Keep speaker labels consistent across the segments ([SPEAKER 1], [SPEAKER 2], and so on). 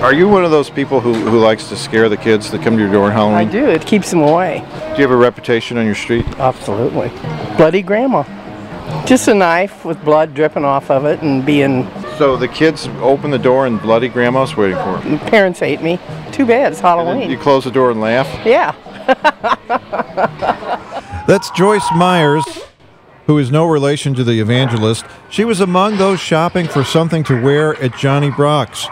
[SPEAKER 1] Are you one of those people who, who likes to scare the kids that come to your door on
[SPEAKER 2] I
[SPEAKER 1] Halloween?
[SPEAKER 2] do. It keeps them away.
[SPEAKER 1] Do you have a reputation on your street?
[SPEAKER 2] Absolutely. Bloody grandma. Just a knife with blood dripping off of it and being.
[SPEAKER 1] So the kids open the door and bloody grandma's waiting for them.
[SPEAKER 2] Parents hate me. Too bad. It's
[SPEAKER 1] You
[SPEAKER 2] Halloween.
[SPEAKER 1] close the door and laugh.
[SPEAKER 2] Yeah.
[SPEAKER 3] That's Joyce Myers, who is no relation to the evangelist. She was among those shopping for something to wear at Johnny Brock's.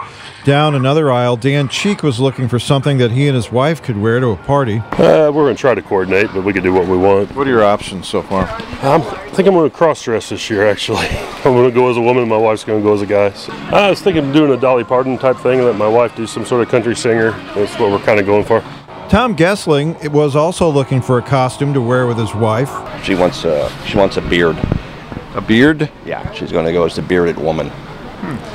[SPEAKER 3] Down another aisle, Dan Cheek was looking for something that he and his wife could wear to a party.
[SPEAKER 4] Uh, we're going to try to coordinate, but we can do what we want.
[SPEAKER 1] What are your options so far?
[SPEAKER 4] Um, I think I'm going to cross dress this year, actually. I'm going to go as a woman, my wife's going to go as a guy. So I was thinking of doing a Dolly Parton type thing, let my wife do some sort of country singer. That's what we're kind of going for.
[SPEAKER 3] Tom Gessling was also looking for a costume to wear with his wife.
[SPEAKER 5] She wants a she wants a beard.
[SPEAKER 1] A beard? Hmm,
[SPEAKER 5] Yeah, she's going to go as the bearded woman.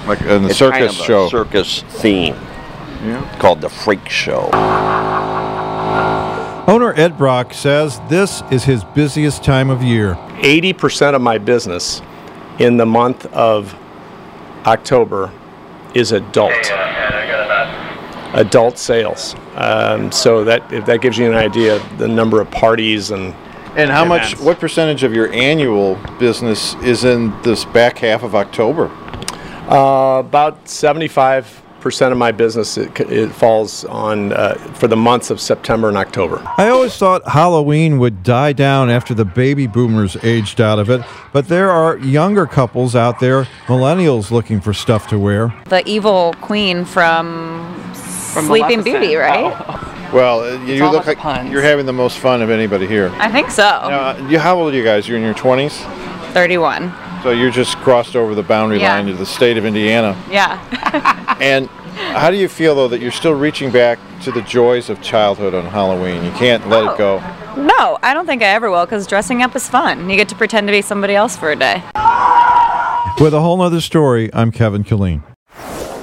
[SPEAKER 1] Like in the
[SPEAKER 5] It's
[SPEAKER 1] circus
[SPEAKER 5] kind of a
[SPEAKER 1] show.
[SPEAKER 5] circus theme
[SPEAKER 1] yeah.
[SPEAKER 5] called the Freak Show.
[SPEAKER 3] Owner Ed Brock says this is his busiest time of year.
[SPEAKER 6] 80% of my business in the month of October is adult. Adult sales. Um, so that if that gives you an idea of the number of parties and
[SPEAKER 1] And how
[SPEAKER 6] Yeah,
[SPEAKER 1] much,
[SPEAKER 6] that's-
[SPEAKER 1] what percentage of your annual business is in this back half of October?
[SPEAKER 6] uh, about 75% of my business it, c- it falls on uh, for the months of September and October.
[SPEAKER 3] I always thought Halloween would die down after the baby boomers aged out of it, but there are younger couples out there, millennials looking for stuff to wear.
[SPEAKER 7] the evil queen from, Sleeping Beauty, right?
[SPEAKER 1] Well, uh, you
[SPEAKER 2] all
[SPEAKER 1] look
[SPEAKER 2] about
[SPEAKER 1] like
[SPEAKER 2] the puns.
[SPEAKER 1] you're having the most fun of anybody here.
[SPEAKER 7] I think so.
[SPEAKER 1] Now, you, how old are you guys? You're in your 20s?
[SPEAKER 7] 31.
[SPEAKER 1] So you're just crossed over the boundary
[SPEAKER 7] Yeah.
[SPEAKER 1] line to the state of Indiana.
[SPEAKER 7] Yeah.
[SPEAKER 1] And how do you feel though that you're still reaching back to the joys of childhood on Halloween? You can't let it go.
[SPEAKER 7] No, I don't think I ever will because dressing up is fun. You get to pretend to be somebody else for a day.
[SPEAKER 3] With a whole nother story, I'm Kevin Killeen.